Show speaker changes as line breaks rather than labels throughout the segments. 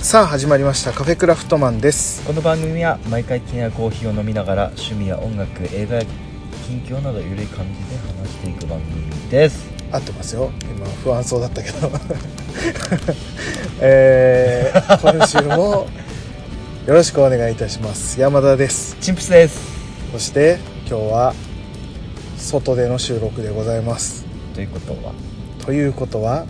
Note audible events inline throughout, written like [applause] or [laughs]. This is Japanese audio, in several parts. さあ始まりましたカフェクラフトマンです
この番組は毎回気になるコーヒーを飲みながら趣味や音楽映画や近況などゆるい感じで話していく番組です
合ってますよ今不安そうだったけど [laughs] えー、今週もよろしくお願いいたします山田です
チンプスです
そして今日は外での収録でございます
ということは
ということは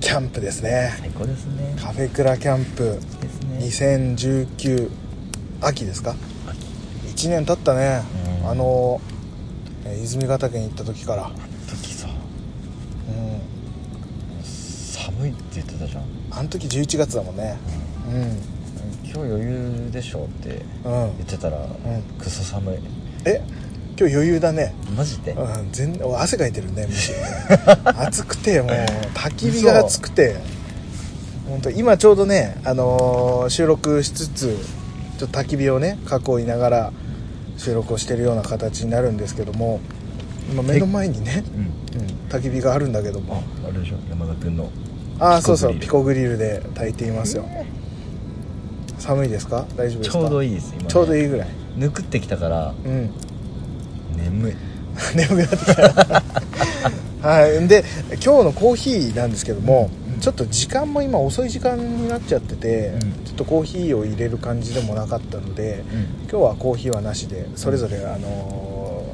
キャンプですね
最高ですね
カフェクラキャンプ
ですね
2019秋ですか
秋
1年経ったね
うん
あのえー泉ヶ岳に行った時から
時さ
うん
寒いって言ってたじゃん、
あの時11月だもんねう
今日余裕でしょって
んうん
言ってたら、
ん
クソ寒い
え今日余裕だね
マジで、
うん全俺汗かいてるねむしろね暑くてもう焚き火が暑くて本当今ちょうどね、あのー収録しつつちょっと焚き火をね囲いながら収録をしてるような形になるんですけども今目の前にね、
うん
うん、焚き火があるんだけども
ああれでしょ山田君の
ああそうそうピ
ピ
コ
コ
グリルで炊いていますよ寒いですか大丈夫で
ち
すか
ょうど
い
いいです今、ね、
ちょうどいいぐらい
ぬくってきたから
うん
眠い
[laughs] 眠くなってきた [laughs] はいで今日のコーヒーなんですけども、ちょっと時間も今遅い時間になっちゃってて、
うん
ちょっとコーヒーを入れる感じでもなかったので、
うん
今日はコーヒーはなしでそれぞれ、あの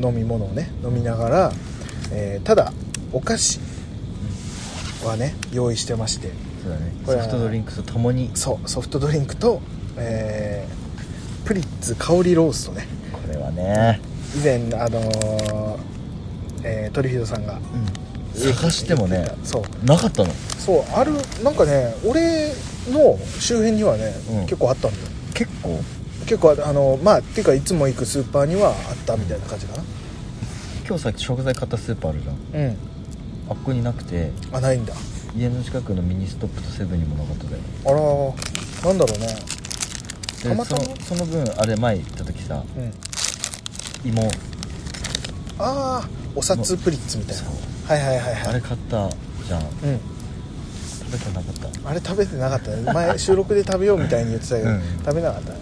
ー飲み物をね飲みながら、えーただお菓子はね用意してまして
そうだね
こ
ソ
れは
フトドリンクスとともに
そうソフトドリンクと、えープリッツ香りローストね
これはね、
以前あのーえートリフィードさんが
探してもね
そう
なかったの
そうあるなんかね俺の周辺にはね、
うん
結構あったんだよ
結構
結構あのまあっていうかいつも行くスーパーにはあったみたいな感じかな
今日さ食材買ったスーパーあるじゃん
うん
あっこになくて
あないんだ
家の近くのミニストップとセブンにもなかっただよ
あらーなんだろうね
で
たまたま
そのその分あれ前行った時さ
うん
芋
ああお札プリッツみたいな
そう
はいはいはいはい
あれ買ったじゃん
うん
食べてなかった
あれ食べてなかったね前収録で食べようみたいに言ってたけど、
うん
食べなかったね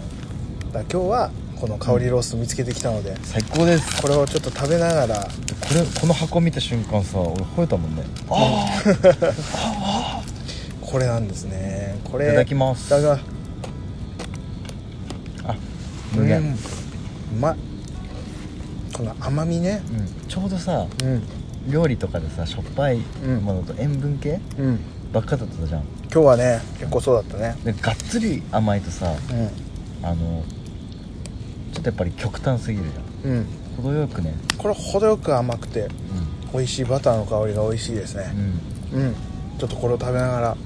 だから今日はこの香りロースト見つけてきたので、
最高です
これをちょっと食べながら
でこれこの箱見た瞬間さ俺吠えたもんねああ
これなんですねこれ
いただきます
いただき
あ
ま
無限、
うんうまいこの甘みね
うんちょうどさ
うん
料理とかでさしょっぱい
ん
ものと塩分系
うん
ばっかだったじゃん
今日はね結構そうだったね
でがっつり甘いとさあのちょっとやっぱり極端すぎるじ
うんうん
ゃん程よくね
これ程よく甘くて
う
美味しいバターの香りが美味しいです
んう
ね
ん
うんちょっとこれを食べながら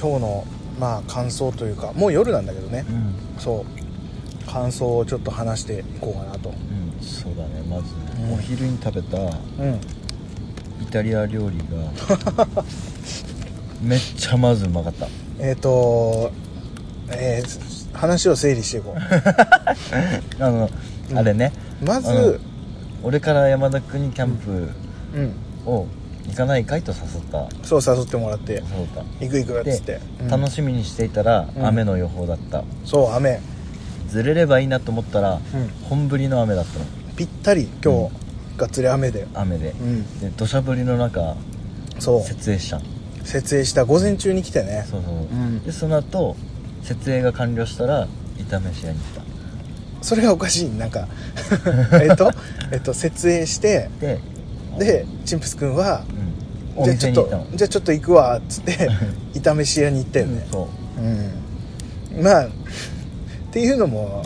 今日のまあ感想というかもう夜なんだけどね
うんうん
そう感想をちょっと話していこうかなと
うんそうだねまず
うん
お昼に食べた
うん
イタリア料理が [laughs] めっちゃまずうまかった
えっ、とえー話を整理していこ [laughs]
あの
うん
あれね
うま
あの
ず
俺から山田君にキャンプ
うん
を行かないかいと誘った
そう誘ってもらって
誘った
行く行くっつって
で、楽
し
しみにしていたら
うん
雨の予報だった
そう雨
ずれればいいなと思ったら
うん
本降りの雨だったの
ぴったり今日、がっつり雨で
雨で
うん
で土砂降りの中
そう
設営したの
設営した午前中に来てね
そうそう、
ん
でその後設営が完了したら炒めし屋に来
それがおかしいなん
[laughs]
かえっとえっと設営して
たで
でチンプス君は
うん、お
じゃあち
店
ょっ
に行った
と
の
じゃあちょっと行くわっつって
[laughs]
炒めし屋に行ったよね
うんそう
うんまあっていうのも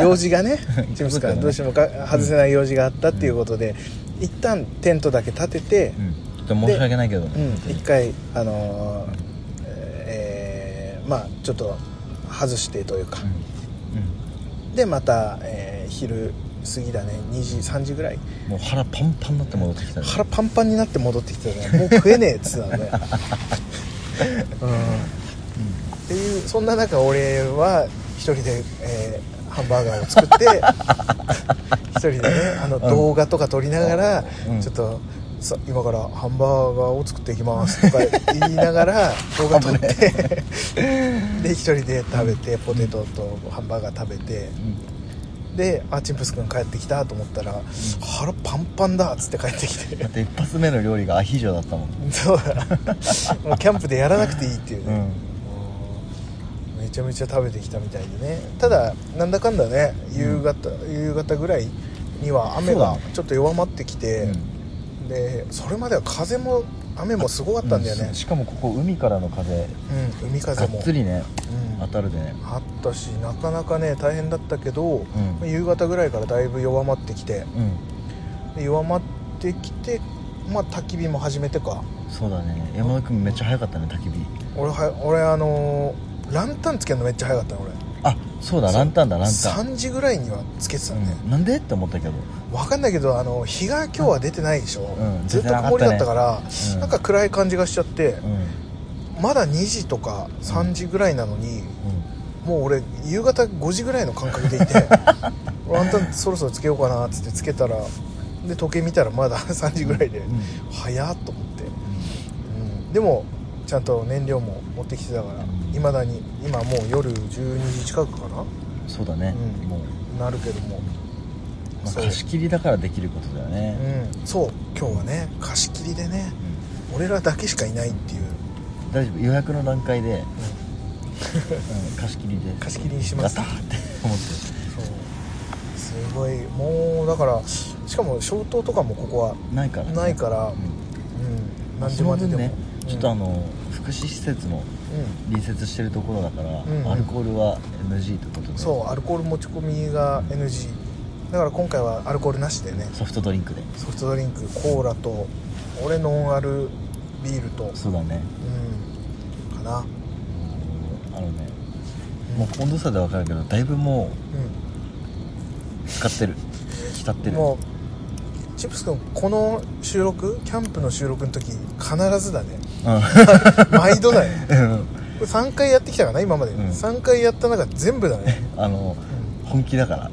用事が
[laughs]
ねチームスからどうしてもか外せない用事があったっていうことで、一旦テントだけ立てて、
うんちょっと申し訳ないけど
うん
ね本当に
一回あのーえーまあちょっと外してというか、でまた、えー昼過ぎだね2時3時ぐらい
うん、うん、もう腹パンパンになって戻ってきたね
腹パンパンになって戻ってきてねもう食えねえっつってたの
[laughs]
ねうんっていうそんな中俺は一人で、えーハンバーガーを
[laughs]
作って一人でねあの動画とか撮りながら、
うん
ちょっとさ今からハンバーガーを作っていきますとか言いなが
[laughs]
ら動画撮って [laughs] で一人で食べてポテトとハンバーガー食べてであチンプスくん帰ってきたと思ったら腹パンパンだっつって帰ってき
だ
て
って一発目の料理がアヒージョだったもん、
そうだ [laughs] もうキャンプでやらなくていいっていう
う
ね、
ん、
うんめちゃめちゃ食べてきたみたいでねただなんだかんだね夕方、夕方ぐらいには雨が
そうだ
ちょっと弱まってきて、でそれまでは風も雨もすごかったんだよ
う
ね
しかもここ海からの風
うん、海風
がっ
も
つりね
うん、
当たるでね
あったしなかなかね大変だったけど、
うん
夕方ぐらいからだいぶ弱まってきて
うん
で弱まってきてまあ焚き火も始めてか
そうだね山田君めっちゃ早かったね焚き火
俺は俺あのーランタンつけるのめっちゃ早かったの俺
あそうだランタンだランタン、
3時ぐらいにはつけてたね、
うん、なんでって思ったけど
わかんないけどあの日が今日は出てないでしょ、
うん
ずっと曇りだったから、
出てなかったねうん
なんか暗い感じがしちゃって、
うんうん
まだ2時とか3時ぐらいなのに、もう俺夕方5時ぐらいの感覚で
[laughs]
いてランタンそろそろつけようかなっつってつけたらで時計見たらまだ3時ぐらいで、
うん
早っと思って、うん、でもちゃんと燃料も持ってきてたから
うん
いまだに今もう夜12時近くかな
そうだね、
うん
もう、
なるけども、
まあ、
そう
貸し切りだからできることだよね、
うん、そう今日はね貸し切りでね俺らだけしかいないっていう、
うん大丈夫予約の段階で、うん貸し切りで
貸し切りにします
やったーって思って
そうすごいもうだからしかも消灯とかもここは
ないからね、
ないから
うん
うん
まあ
何時
その
まで
分
でも、
ね
うん
ちょっとあの福祉施設の隣接してるところだから、
んうん
アルコールは NG ってこと
うん、
で
そうアルコール持ち込みが NG だから今回はアルコールなしでね
ソフトドリンクで
ソフトドリンクコーラと俺ノンアルビールと
そうだね
うんかな
うんあのね
うん
もう温度差で分かるけどだいぶもう使ってる浸って
うん
る
もうチップス君この収録キャンプの収録の時必ずだね [laughs] 毎度だね
うん、うん [laughs]
これ3回やってきたかな今まで、
うん
3回やった中全部だね、
あの本気だから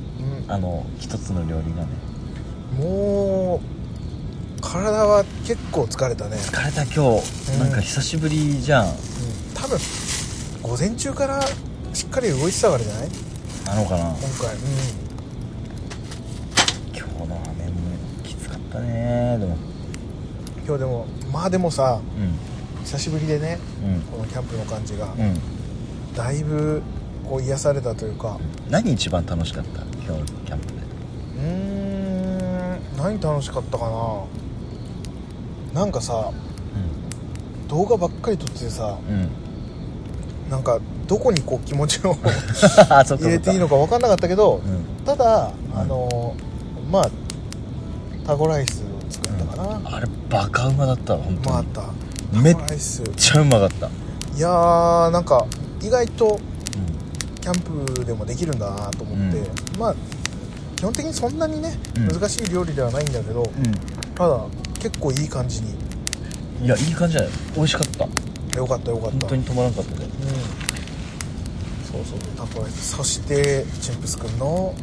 うん
あの一つの料理がね
もう体は結構疲れたね、
疲れた今日、
うん
なんか久しぶりじゃん
うん、多分午前中からしっかり動いてたからじゃない
なのかな
今回う
今日の雨もきつかったねでも
ん今日でもまあでもさ久しぶりでね
うんうん
このキャンプの感じが、
うん
だいぶこう癒されたというか
何一番楽しかった今日のキャンプで
うーん何楽しかったかななんかさ動画ばっかり撮っててさ
うん、 [laughs] うん、
なんかどこにこう気持ち
[laughs]
を
あそっかそっか
入れていいのか分かんなかったけど
うん
ただあのまあタコライスを作ったかな、
あれバカうまだった本
まああ
当
っ
に
たタ
めっ
コライス
めっちゃうまかった、
いやーなんか意外と
う
キャンプでもできるんだなと思って、まあ基本的にそんなにね、
うん
難しい料理ではないんだけど
ん
ただ結構いい感じに
いやいい感じだよ美味しかった
よかったよかった
本当に止まらなかったで
うんそうそうタコライスそしてチンプスくんの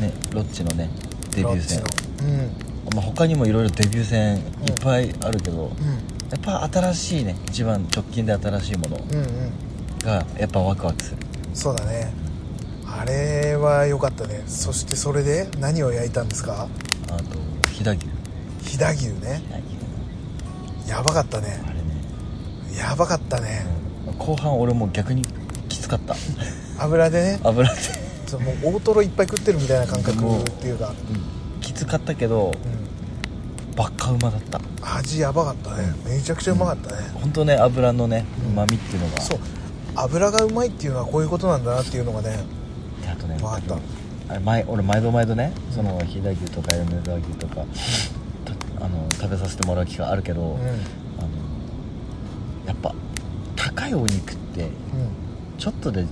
ねロッチのねデビュー戦
ラッチの
まあ、他にもいろいろデビュー戦いっ
ん
ぱいあるけど、
う
やっぱ新しいね一番直近で新しいもの
んうんうんうん
がやっぱワクワクする
そうだねあれは良かったねそしてそれで何を焼いたんですか
あと飛騨牛
飛
飛
騨牛ね
騨牛
やばかったね
あれね、
やばかったね
うん後半俺もう逆にきつ
[laughs]
かった
油でね
油で、
そうもう大トロいっぱい食ってるみたいな感覚っていうか、
きつかったけど
うん、
バカうまだった
味やばかったねめちゃくちゃうまかったね、
本当ね油のね
うん
うまみっていうのが
そう油がうまいっていうのはこういうことなんだなっていうのがね
であとね
わかった
あれ毎俺毎度毎度ねその飛騨牛とか米沢牛とかたあの食べさせてもらう機会あるけど、
うん
あのやっぱ高いお肉ってちょっとで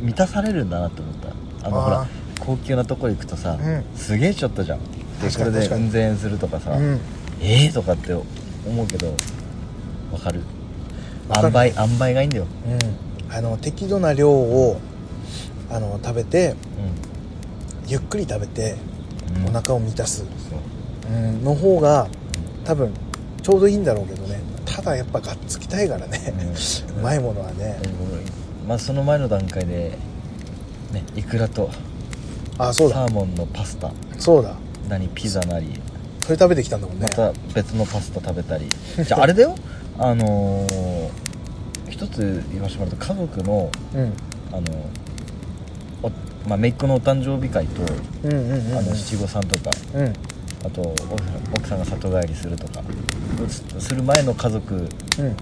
満たされるんだなって思ったあの
あー
ほら高級なとこ行くとさ、
うん
すげえちょっとじゃんで
確
こ
か
れ
に
で
確かに
運善するとかさ、
うん、うん、
ええとかって思うけどわかる
わか
塩
る
梅塩梅がいいんだよ
うん、あの適度な量をあの食べてゆっくり食べて
うん
お腹を満たす、
そう
うん、の方が多分ちょうどいいんだろうけどねただやっぱがっつきたいからね、うまいものはね、
まあその前の段階でねイクラと
あそうだ
サーモンのパスタ
そうだ
なりピザなり
それ食べてきたんだもんね
また別のパスタ食べたり
[laughs]
じゃああれだよあのー一つ言わせてもらうと家族の
うん
あのおまあ、姪っ子のお誕生日会と、
うんうんうんうん
あの七五三とか
うん
あと奥さん奥さんが里帰りするとかすする前の家族
うん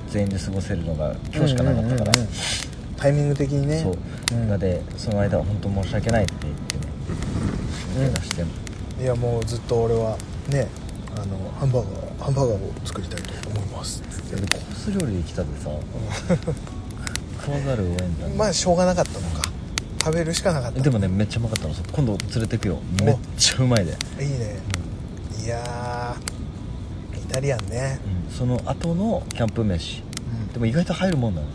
全員で過ごせるのが今日しかなかったから、
うんうんうんうんタイミング的にね
そう、
ん
なのでその間は本当申し訳ないって言ってね手出しても、
いやもうずっと俺はねあのハンバーガーハンバーガーを作りたいと思います
いやでコース料理で来たで
[laughs]
さ食わざるを得んだね、
まあしょうがなかったのか食べるしかなかった
でもねめっちゃうまかったのそう今度連れてくよ
お
めっちゃうまいで、
いいねいやーイタリアンね、
うん、その後のキャンプ飯でも意外と入るもんだね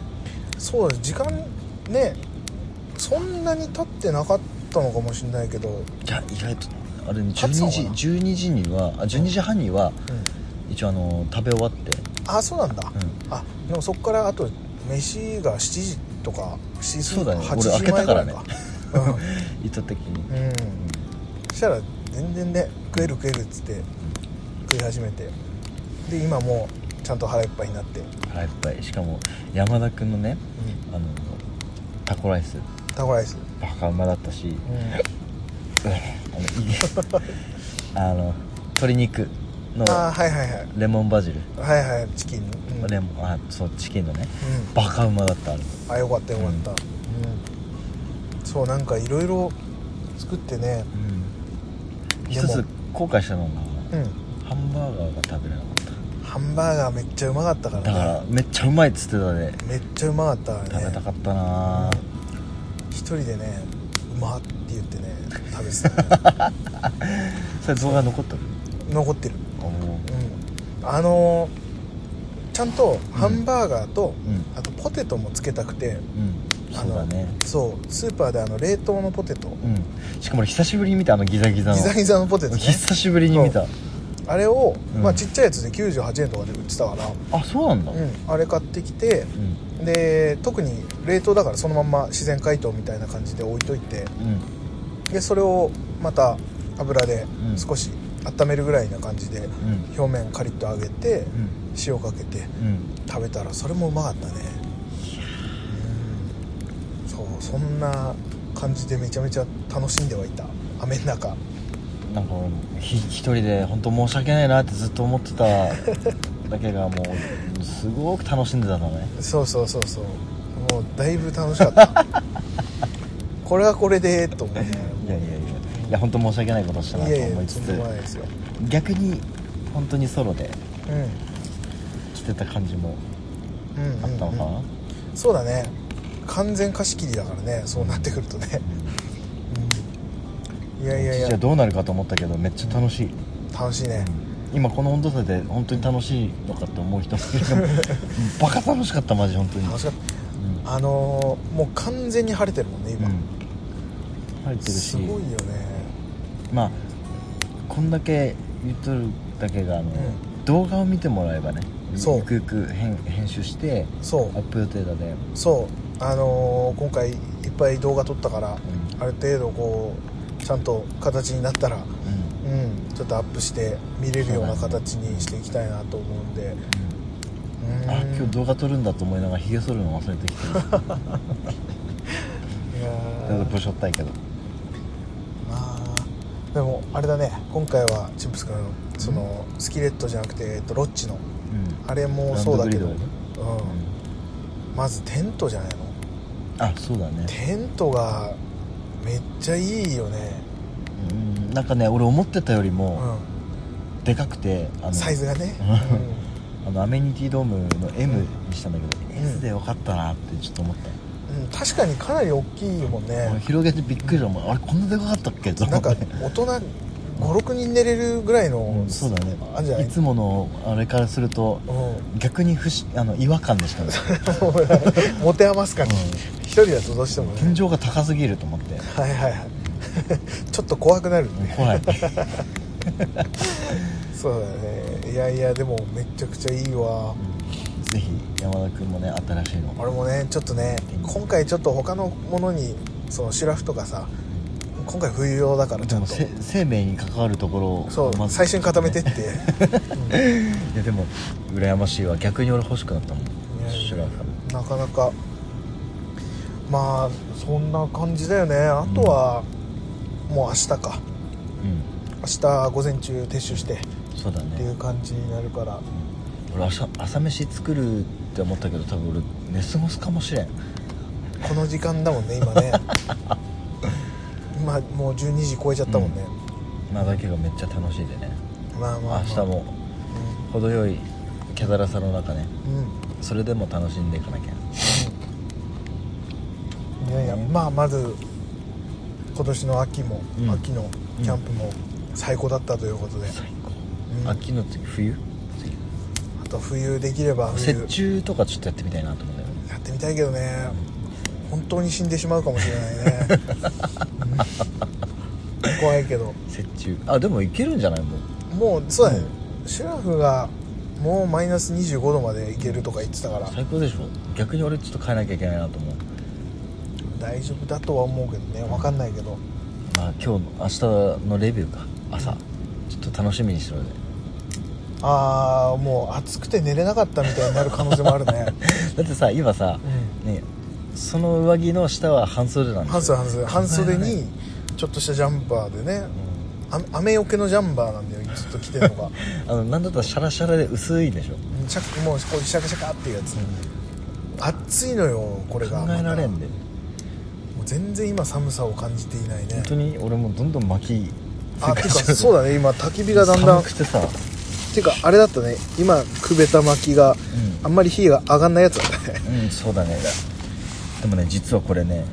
そうです時間ねそんなに経ってなかったのかもしれないけど、うん、
いや意外とあれね
勝つのかな
12時12時にはあ12時半には一応あの食べ終わって
あそうなんだ、
ん
あでもそこからあと飯が7時とか7時
そうだね
8
俺開
時
け
前
た
ぐ
からら
い
ね
か
[laughs] 意図的に、
うん、うん、そしたら全然ね食える食えるっつって食い始めてで今もうちゃんと腹いっぱいになって、うん、
腹いっぱいしかも山田君のねあのタコライス
タコライス、
バカうまだった [laughs] し、
うん、
あのいいあの鶏肉の
ああはいはいはい
レモンバジル、
はいはいチキン、うん
レモンあそうチキンのね
うん
バカうまだったあれ
あよかったよかった、うんそうなんかいろいろ作ってね
うん
で
一
も
つ後悔したのが、
うん
ハンバーガーが食べれなかっ
ハンバーガーめっちゃうまかったか
た
らね
だからめっちゃうまいっつってたで
めっちゃうまかったから
食べた
ね
かったなぁ
一人でねうまって言ってね食べてた
[laughs]
ね、
それ動画残っとる
残ってる
おうん
うんあのーちゃんとハンバーガーと、
うん
あとポテトもつけたくてあ
そう
の
だね
そうスーパーであの冷凍のポテト
うんしかも俺久しぶりに見たあのギザギザの
ギザギザのポテトね
久しぶりに見た
あれを、
うん
まあ、ちっちゃいやつで98円とかで売ってたから、
あそうなんだ
うん、あれ買ってきて
うん
で特に冷凍だからそのまんま自然解凍みたいな感じで置いといて
うん
でそれをまた油で
うん
少し温めるぐらいな感じで
うん
表面カリッと揚げて
うん
塩かけて
うん
食べたらそれもうまかったねうんそうそんな感じでめちゃめちゃ楽しんではいた雨の中
なんか俺ひ一人で本当申し訳ないなってずっと思ってただけがもうすごく楽しんでたのね
そうそうそうそうもうだいぶ楽しかった
[laughs]
これはこれでと思うね
いやいやいやいや本当申し訳ないことしたないと
やい
思い
や
つ
と
つ
んでもないですよ
逆に本当にソロで
うん
来てた感じも
うんうん
あったのかな、
うんそうだね完全貸し切りだからねそうなってくるとね、うんいやいやい
じゃあ
や
どうなるかと思ったけどめっちゃ楽しい、
楽しいね、
今この温度差で本当に楽しいのかって思う人もいるかもバカ楽しかったマジ本当に
楽しかった
うん
あのーもう完全に晴れてるもんね今、
うん入ってる
す
し
ごいよね
まあこんだけ言っとるだけがあの、
うん
動画を見てもらえばね
そう
ゆくゆく編編集して
そ
アップ予定だね、
うそうあのー今回いっぱい動画撮ったから
うん
ある程度こうちゃんと形になったら
うん
うんちょっとアップして見れるような形にしていきたいなと思うんでうん
あ今日動画撮るんだと思いながらひげ剃るの忘れて
[laughs]
きてる
いやー
ぶしょったいけど
まあでもあれだね今回はチンプス君そのスキレットじゃなくて、えっと、ロッチの
うん
あれもそうだけど、
ランド
うん
ブリードだね
まずテントじゃないの
うんあそうだね
テントがめっちゃいいよね、
うんなんかね俺思ってたよりも
う
でかくてあの
ん、サイズがね、
あのアメニティドームの M にしたんだけど、
うん
S でよかったなってちょっと思った、
うんうん確かにかなり大きいもん
俺
ね
広げてびっくりしたもんあれこんなでかかったっけと思
なん
って
か大人56人寝れるぐらいの、
うんそうだね
あんじゃない
いつものあれからすると
うん [laughs]
逆に不思あの違和感でしたね
持て余す感じ、
うん
一人だとどうしてもね
天井が高すぎると思っても
はいはいはい [laughs]
[laughs]
ちょっと怖くなるね
う怖い
そうだねいやいやでもめちゃくちゃいいわ
うんぜひ山田君もね新しいの
俺もねちょっとね今回ちょっと他のものにそのシュラフとかさ今回冬用だからち
で
ゃん
も
と
せ生命に関わるところを
そう
まず
最初に固め
[laughs]
てってうん
いやでも羨ましいわ逆に俺欲しくなったもんシュラフ
なかなかまあそんな感じだよねあとは、もう明日か
うん
明日午前中撤収して
そうだ
ってい
ね
う感じになるから
俺朝朝飯作るって思ったけど多分俺寝過ごすかもしれん
この時間だもんね今
[laughs]
ね今もう12時超えちゃったもんね、
まあだけがめっちゃ楽しいでね
まあまあ、まあ、
明日も程よい気だらさの中ね
うん、
それでも楽しんでいかなきゃ
うん、いやいやまあまず今年の秋も、
うん
秋のキャンプも最高だったということで、
最
うん
高秋の次冬次
あと冬できれば冬
雪中とかちょっとやってみたいなと思うんだよね
やってみたいけどね本当に死んでしまうかもしれない [laughs] ね、うん怖いけど
雪中あでもいけるんじゃないもう
もうそうだね、シュラフがもうマイナス25度までいけるとか言ってたから
最高でしょ逆に俺ちょっと変えなきゃいけないなと思う
大丈夫だとは思うけどね分かんないけど
まあ今日の明日のレビューか朝ちょっと楽しみにしてるので
ああもう暑くて寝れなかったみたいになる可能性もある [laughs] ね
[laughs] だってさ今さ、ねその上着の下は半袖なん
半
ですよ
袖半袖半袖にちょっとしたジャンパーでねあ雨よけのジャンパーなんだよずっと着てるのが
あのなんだったらシャラシャラで薄いでしょ
チャックもうこうシャカシャカっていうやつ、暑いのよこれが
考えられん
もう
で、
全然今寒さを感じていないね
本当に俺もどんどん巻き
あ
[laughs]
てかそう
だ
だね今焚き火がだんだん
寒くてさ、
てかあれだったね今くべた薪があんまり火が上がんないやつだった
[laughs]
ね
うん、そうだねでもね実はこれね、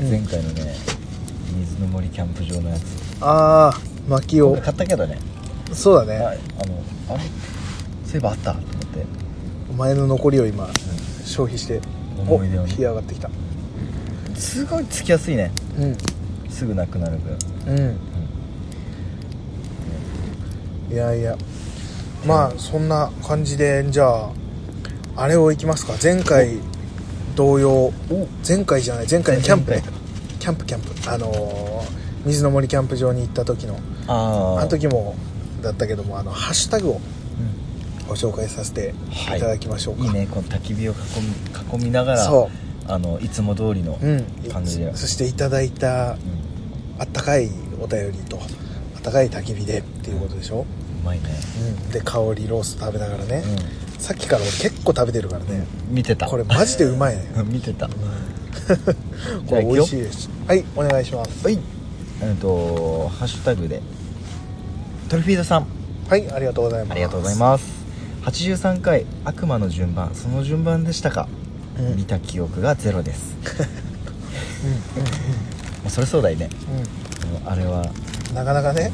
うん
前回のね水の森キャンプ場のやつ
ああ薪を
買ったけどね
そうだ
あ
ね
あのあれそういえばあったと思って
お前の残りを今消費してお
思い出をね
火上がってきた
すごいつきやすいね
うん
すぐなくなる分
うんいやいやまあそんな感じでじゃああれをいきますか前回同様前回じゃない前回のキャンプね
前回
キャンプキャンプあのー水の森キャンプ場に行った時の
ああ
あの時もだったけどもあのハッシュタグを
う
ご紹介させて
はい
いただきましょうんか、
いいねこの焚き火を囲み囲みながら
そ
あのいつも通りの
うん
感じで、うん
そそしていただいたあったかいお便りとあったかい焚き火でっていうことでしょ、
うまいね、
うん、で香りロース食べながらね、
う
さっきから俺結構食べてるからね、
ん、見てた
これマジでうまいね
[laughs] 見てた
[laughs] これ美味しいですはいお願いします
はいえっとハッシュタグでトルフィードさん
はいありがとうございます
ありがとうございます83回「悪魔の順番」その順番でしたか、
うん
見た記憶がゼロです [laughs] もうそれそうだいね
うん、うん
もうあれは
うん、なかなかね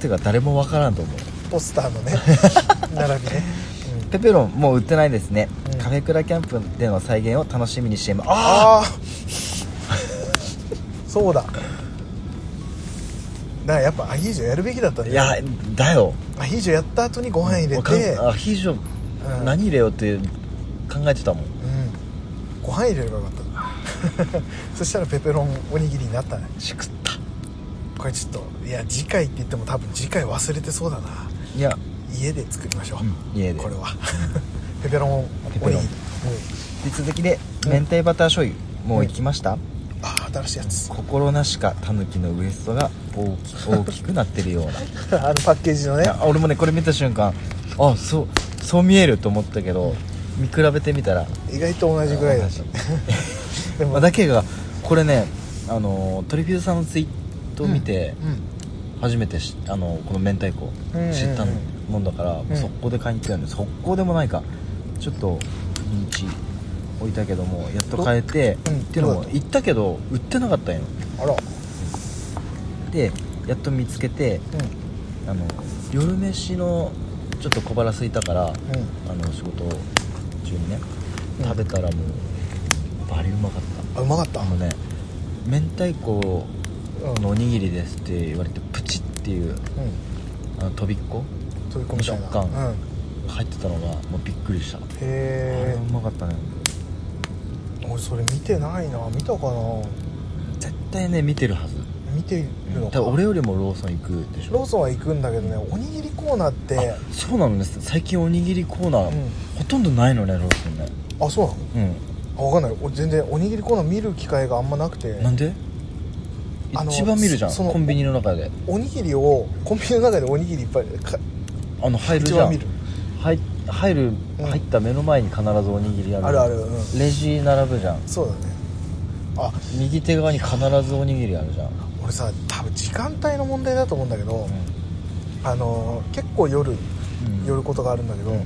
てか誰もわからんと思う
ポスターの
[laughs]
ね並びね、うん、
ペペロンもう売ってないですね、
うん
カフェクラキャンプでの再現を楽しみにしていますあ
ああそうだだからやっぱアヒージョやるべきだった
あ
ね
いやだよ
アヒージョやった後にご飯入れ
わかん
て、
アヒージョ、
うん
何入れようって考えてたもん
うん、ご飯入れればよかった [laughs] そしたらペペロンおにぎりになったね
しくった
これちょっといや次回って言っても多分次回忘れてそうだない
や
家で作りましょう、
うん家で
これは [laughs] ペペロン
ペ
お
ペ
に
ロン
ぎり、
で続きで明太バター醤油、もう行きました、
うん、ああ新しいや
[laughs]
つ
心なしかタヌキのウエストが大き大きくなってるようない
あのパッケージのね
や俺もねこれ見た瞬間あそうそう見えると思ったけど見比べてみたら
意外と同じぐらいだ
同じ [laughs]
で
まあだけがこれねあのトリフューさんのツイートを見て、初めてしあのこの明太子
うんうんうん
知ったもんだから、
ん
速攻で買いに行ったんで速攻でもないかちょっと日置いたけどもやっと買えて、
うん
っていうのも
どうだ
行ったけど売ってなかったんよ
うん、あら
でやっと見つけてあの夜飯のちょっと小腹空いたから、あの仕事中にね
うん
食べたらもうバリうまかっ
うん、あうまかった
たあのね明太子
うん
のおにぎりですって言われてプチっていう
う
あのとびっこ
ん飛び込みたいな
食感
うん、へ
入ってたのがもうびっくりした、あれ
え
うまかったね
俺それ見てないな見たかな
絶対ね見てるはず
見てるのか、
多分俺よりもローソン行くでし
ロ
ょ
ーソンは行くんだけどねおにぎりコーナーって
あそうなのね最近おにぎりコーナー、
うん
ほとんどないのねローソンね
あそうなの
う
あ分かんない俺全然おにぎりコーナー見る機会があんまなくて
んなんで
あの
一番見るじゃん
その
コンビニの中で
おにぎりをコンビニの中でおにぎりいっぱいか
あの入る
一
じゃ
番
ん
見る
入入る、
うん
入った目の前に必ずおにぎりある
あるあるうん
レジ並ぶじゃん
そうだねあ
右手側に必ずおにぎりあるじゃん、
俺さ多分時間帯の問題だと思うんだけど、あのー結構夜
うん
寄ることがあるんだけど、
うん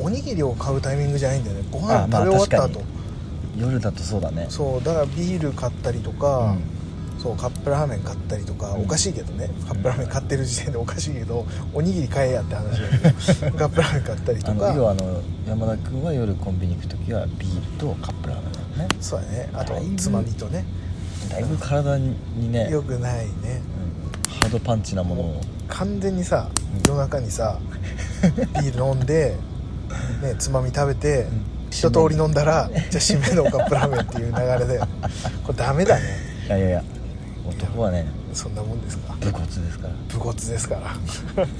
おにぎりを買うタイミングじゃないんだよねご
あ
飯
まあ
食べ終わった
確
後、
か夜だとそうだね
そうだからビール買ったりとか、そうカップラーメン買ったりとか、
うん
おかしいけどねカップラーメン買ってる時点で [laughs] おかしいけどおにぎり買えやって話だけど [laughs] カップラーメン買ったりと
あの要は
か
あの山田君は夜コンビニ行く時はビールとカップラーメンだよね
そうだねあと
だいぶ
つまみとね
だいぶ体にね
よくないね
うんハードパンチなものを
完全にさ
うん
夜中に
[laughs]
さビール飲んで、ね、つまみ食べて、一通り飲んだらじゃあ締めのカップラーメンっていう流れだよこれダメだね
いやいやいや男はね
そんなもんですか
武骨ですから
武骨ですから [laughs]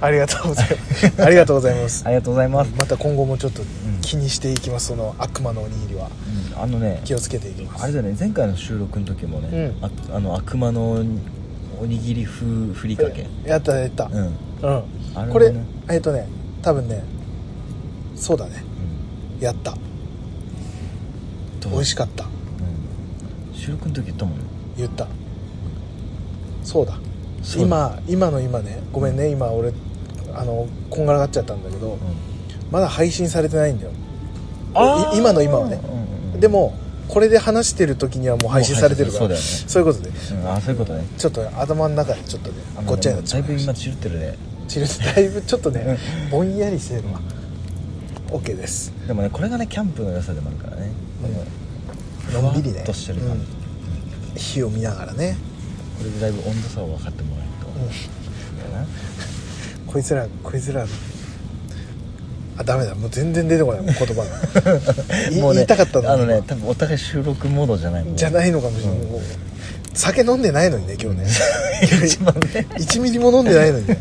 ありがとうございますありがとうございます
ありがとうございます、
また今後もちょっと
ん
気にしていきますその悪魔のおにぎりは
うんあのね
気をつけていきます
あれだよね前回の収録の時もね、
うん
ああの悪魔のおにぎり風ふりかけ
やったやった、
うん、うん
うん
あれもね
これえっ、とね多分ねそうだねやった
どう
美味しかった
うん収録の時言ったもんね
言ったそうだ
そうだ
今今の今ねごめんね今俺あのこんがらがっちゃったんだけど、まだ配信されてないんだよ
あー
い今の今はね
うんうんうん
でもこれで話してる時にはもう配信されてるから
もう配信
そういうことで
うん、あそういうことね
ちょっとね頭の中でちょっとね
あの
ごっちゃになっち
だ
ゃ
いうぶ今チルってるね
ちょっとだいぶちょっとねぼんやりしてるわ OK です
でもねこれがねキャンプの良さでもあるからね、
うん
こ
のんびりね
ふわっとしてる感じ、
火を見ながらね、
これでだいぶ温度差を分かってもらえると思うんだよな、
こいつらこいつらあダメだもう全然出てこないもう言葉
[laughs]
がい
もうね
言いたかったんだ
あのね多分お互い収録モードじゃないもん
じゃないのかもしれない、もう酒飲んでないのにね今日ね
[laughs] 一番ね
1ミリも飲んでないのに
[laughs]
ね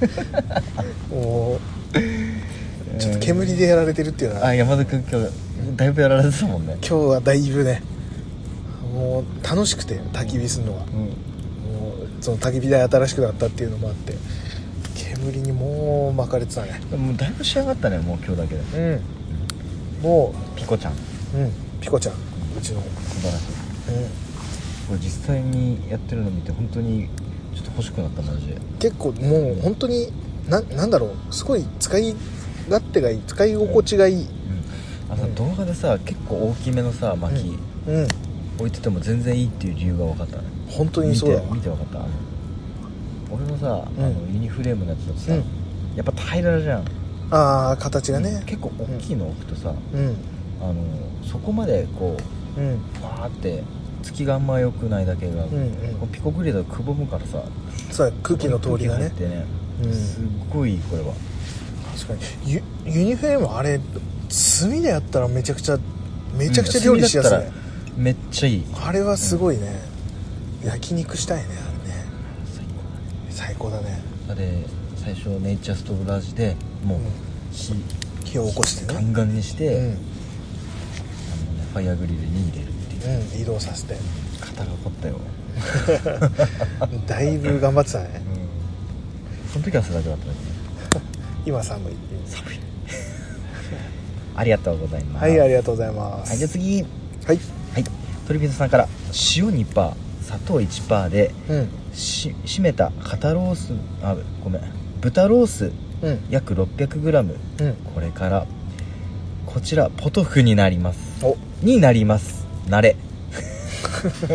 もうちょっと煙でやられてるっていうのは
あ山田君今日だいぶやられてたもんね
今日はだいぶねもう楽しくて焚き火するのが、
うん
もうその焚き火台新しくなったっていうのもあって煙にもう巻かれてたね
でもだいぶ仕上がったねもう今日だけで
うんも
ピコちゃん
う、うん、ピコちゃんうちの、うん、
素晴らしいこれ実際にやってるの見て本当にちょっと欲しくなったマジで
結構もう本当にななんだろうすごい使い勝手がいい使い心地がいい、
あのさ、
うん
動画でさ結構大きめのさ薪、
うん
置いてても全然いいっていう理由が分かったね
本当にそうだわ
見て見て分かったあの俺のさ、
うん
あのユニフレームのやつだとさ、
うん
やっぱ平らじゃん
ああ形がね
結構大きいの置くとさ、
うん
あのそこまでこ
うん
うバーって月があんま良くないだけが、
うんうん
こうピコグリだとくぼむからさ
そうだ空気の通りがね
空気入ってね、
うん
すっごいいいこれは
確かにユユニフェームあれ炭でやったらめちゃくちゃめちゃくちゃ料理しやすい、
うん炭
ね
だったらめっちゃいい
あれはすごいね、焼肉したいねあれね
最高だね
最高だね
あれ最初ネイチャーストーブラージでもう火、
火を起こして
ガ
ね
ンガンにして、
う
あの
ん、
ね、ファイアグリルに入れるっていう
うん、移動させて [laughs]
肩が凝ったよ、
だいぶ頑張ってたね
その時はそれだけだったね
今寒い
寒いありがとうございます
はいあ
はい
りがとうございます
じゃあ次
はい
はいトリピートさんから塩2パー砂糖1パーで
うん
し締めた肩ロースあごめん豚ロース
うん
約 600g
うん
これからこちらポトフになります
お
になりますなれ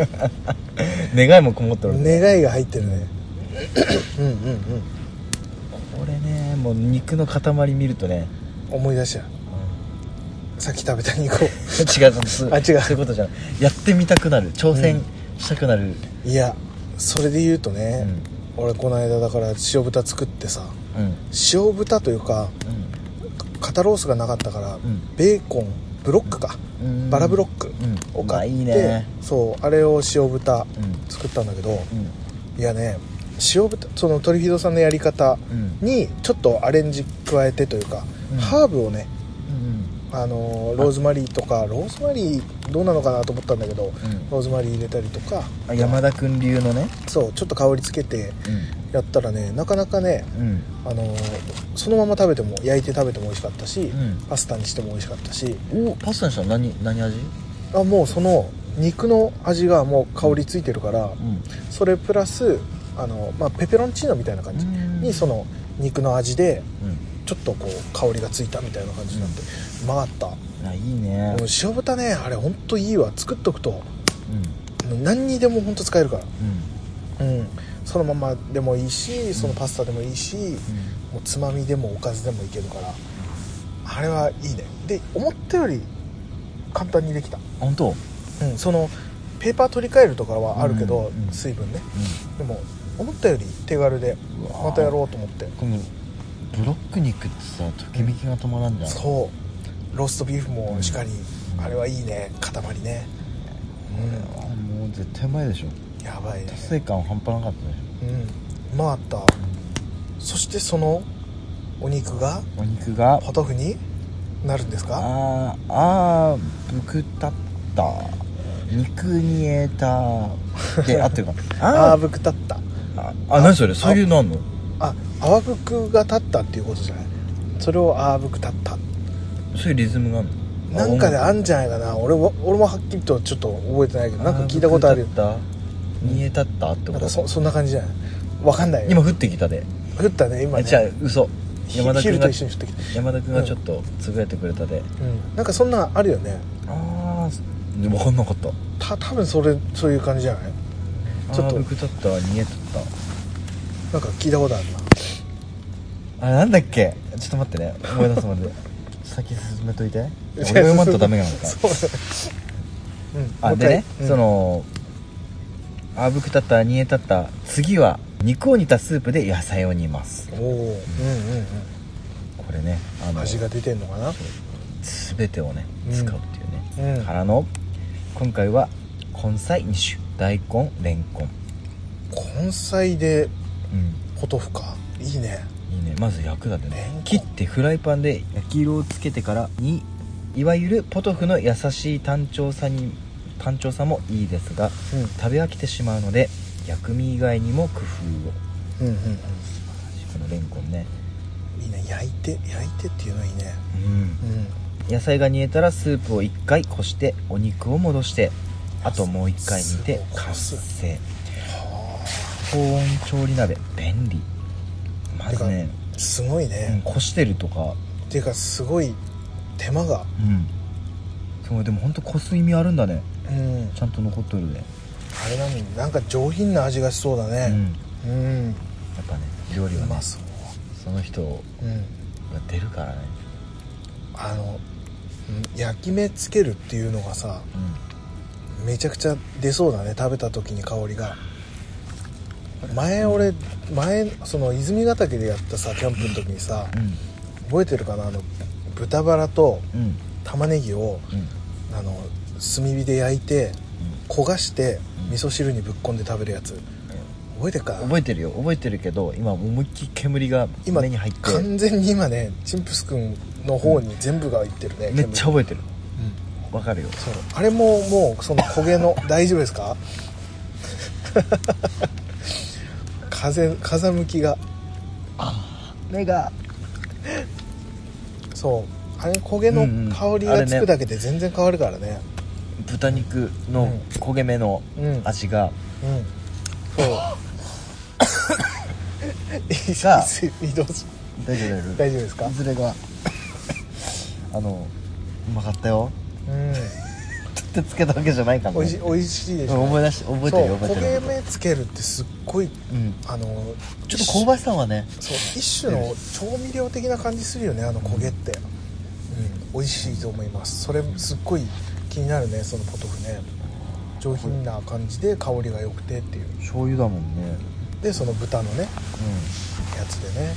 [laughs] 願いもこもってるね
願いが入ってる
[laughs]
ねうんうんうん
これねもう肉の塊見るとね、
思い出したさっき食べた肉を [laughs]
違うそ
あ違う
そういうことじゃないやってみたくなる挑
う
戦
ん
したくなる、
いやそれで言うとね、
う
俺この間だから塩豚作ってさ
うんうん
塩豚というか肩ロースがなかったから、
ん
ベーコンブロックか、
うん
バラブロック
うん
を
まあ
買って、
いいね
そうあれを塩豚
う
作ったんだけど、
んうん
いやね塩豚そのトリフィードさんのやり方
うん
にちょっとアレンジ加えてというか、
うん
ハーブをね
うん
あのーローズマリーとかローズマリーどうなのかなと思ったんだけど、
ん
ローズマリー入れたりとか
あ山田君流のね
そうちょっと香りつけてやったらねなかなかね、
うんうん
あのーそのまま食べても焼いて食べても美味しかったし、
うん
パスタにしても美味しかったし
おパスタにしたの何何味
あもうその肉の味がもう香りついてるから、
うん
それプラスあの、まあ、ペペロンチーノみたいな感じ
うん
にその肉の味で
うん
ちょっとこう香りがついたみたいな感じになってうまかった
あいいね
もう塩豚ねあれほんといいわ作っとくと
うん
何にでもほんと使えるか
うん
らうんそのままでもいいしそのパスタでもいいしもうつまみでもおかずでもいけるからあれはいいねで思ったより簡単にできた
あ本当うん
うんそのペーパー取り替えるとかはあるけど、
うんうん
水分ねでも思ったより手軽で
うわー
またやろうと思って
このブロック肉ってさときめきが止まらんじゃん
そうローストビーフもしっかり、
うん
あれはいいね塊ね
あもう絶対うまいでしょ
うんやばいね
達成感半端なかったでし
うんうまかったそしてそのお肉が
ょお肉が
ポトフになるんですか
あーあーぶくたった肉にえた [laughs] であってるか
あ
あ
わ
ー
ぶく立った
ああ何それそういうのあんの
あ泡ぶくが立ったっていうことじゃないそれをあわぶく立った
そういうリズムがあんの
なんかで
あ
あんじゃないかな俺は俺もはっきりとちょっと覚えてないけどなんか聞いたことあるよ
煮えたったって
な
こ
んか
と
そそんな感じじゃないわかんないよ
今降ってきたで
降ったね今
え
ね
じゃあ嘘
ひ
山田
昼
君
と
が
一緒に降ってきた、
山田君がちょっとつぶやいてくれたで
うん、なんかそんなんあるよね
ああ分かんなかっ
た
た
多分それそういう感じじゃないち
ち
ょ
ょ
っ
っ
と
と僕だった逃げとっ
なんか聞いたことある
たあなんだっけちょっと待ってね思い出すまで [laughs] 先進めといて
な
俺が読まんとダメなのか
そううん
あ
もう一回
でね、
うん
そのあぶくたった煮えたった次は肉を煮たスープで野菜を煮ます
おおうんうん
これねあ
うん
の
味が出てんのかな
全てをね
うん
使うっていうね、
うん
からの今回は根菜2種大根レンコン
根菜で
う
ポトフかいいね
んいいねまず焼くだって
レンコン
ね切ってフライパンで焼き色をつけてからにいわゆるポトフの優しい単調さに単調さもいいですが
う
食べ飽きてしまうので薬味以外にも工夫を
んうんうん
このレンコンね
うんいいね焼いて焼いてっていうのいいね
うん
う
野菜が煮えたらスープを1回こしてお肉を戻してあともう1回煮て完成高温調理鍋便利まずね、
んすごい
うん、
ね、
こしてるとか
ていうかすごい手間が
うんそうでもほんとこす意味あるんだね
うん
ちゃんと残っとるで、
あれなんなんか上品な味がしそうだ
う
ね
ん
うん、
やっぱね料理
う
はね
まそう
その人が
うん
出るからね
あのうん焼き目つけるっていうのがさ
う
めちゃくちゃ出そうだね食べた時に香りが前俺前その泉ヶ岳でやったさキャンプの時にさ
ん
覚えてるかなあの豚バラと
うんうん
玉ねぎを
うん
あの炭火で焼いて焦がして味噌汁にぶっこんで食べるやつ覚えてるかな
覚えてるよ覚えてるけど今思いっきり煙が
今
目に入って
完全に今ねチンプスくんの方に全部がいってるね、
めっちゃ
煙
覚えてる
うん
わかるよ
そうあれももうその焦げの [laughs] 大丈夫ですか風風向きが
目が
そうあれ焦げ
う
の
んうん
香り
あ
が
れ
つ
ね
くだけで全然変わるからね
豚肉の焦げ目の
うん
味が
うんそう
[laughs]
い
さあ
い移動し
大丈夫大
大丈夫ですか
いずれが [laughs] あのうまかったよ
うん
取ってつけたわけじゃないかも
おいし美味しいでしょ
思い出し覚えてるよ
そう
覚えてる
焦げ目つけるってすっごい
うん
あの
ちょっと香ばしさはね
そう一種の調味料的な感じするよねあの焦げって、うん、美味しいと思いますそれすっごい気になるねそのポトフね上品な感じで香りが良くてっていう
醤油だもんね
でその豚のね
う
やつでね